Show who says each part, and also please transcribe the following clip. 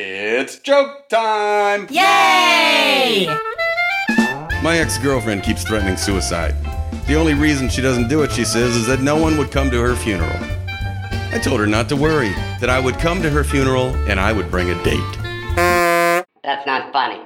Speaker 1: It's joke time!
Speaker 2: Yay!
Speaker 1: My ex girlfriend keeps threatening suicide. The only reason she doesn't do it, she says, is that no one would come to her funeral. I told her not to worry, that I would come to her funeral and I would bring a date.
Speaker 2: That's not funny.